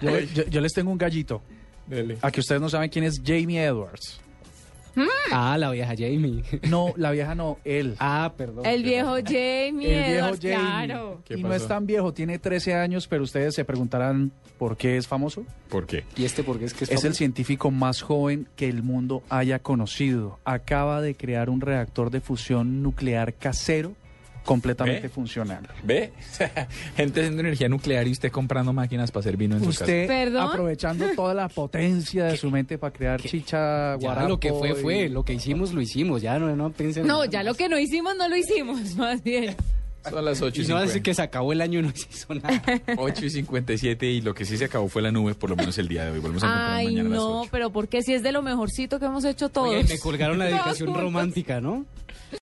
Yo, yo- yo les tengo un gallito. Dele. A que ustedes no saben quién es Jamie Edwards. Ah, la vieja Jamie. No, la vieja no, él. Ah, perdón. El viejo Jamie, el viejo Edward, Jamie. claro. ¿Qué y no pasó? es tan viejo, tiene 13 años, pero ustedes se preguntarán por qué es famoso. ¿Por qué? ¿Y este por qué es que es, Es el famoso? científico más joven que el mundo haya conocido. Acaba de crear un reactor de fusión nuclear casero completamente ¿Eh? funcional. ¿Ve? Gente haciendo energía nuclear y usted comprando máquinas para hacer vino en su casa. Usted ¿Perdón? aprovechando toda la potencia de su mente para crear chicha, Ya, guarapo. lo que fue, y- fue. Lo que hicimos, lo hicimos. Ya no, no piensen. No, ya lo que no hicimos, no lo hicimos, más bien. Son las 8 Y y, se va a decir 50. que se acabó el año y no se hizo nada. 8 y 57 y lo que sí se acabó fue la nube, por lo menos el día de hoy. Volvemos a encontrarnos Ay, mañana a las no, 8. pero porque si es de lo mejorcito que hemos hecho todos. Oye, me colgaron la Todos dedicación juntos. romántica, ¿no?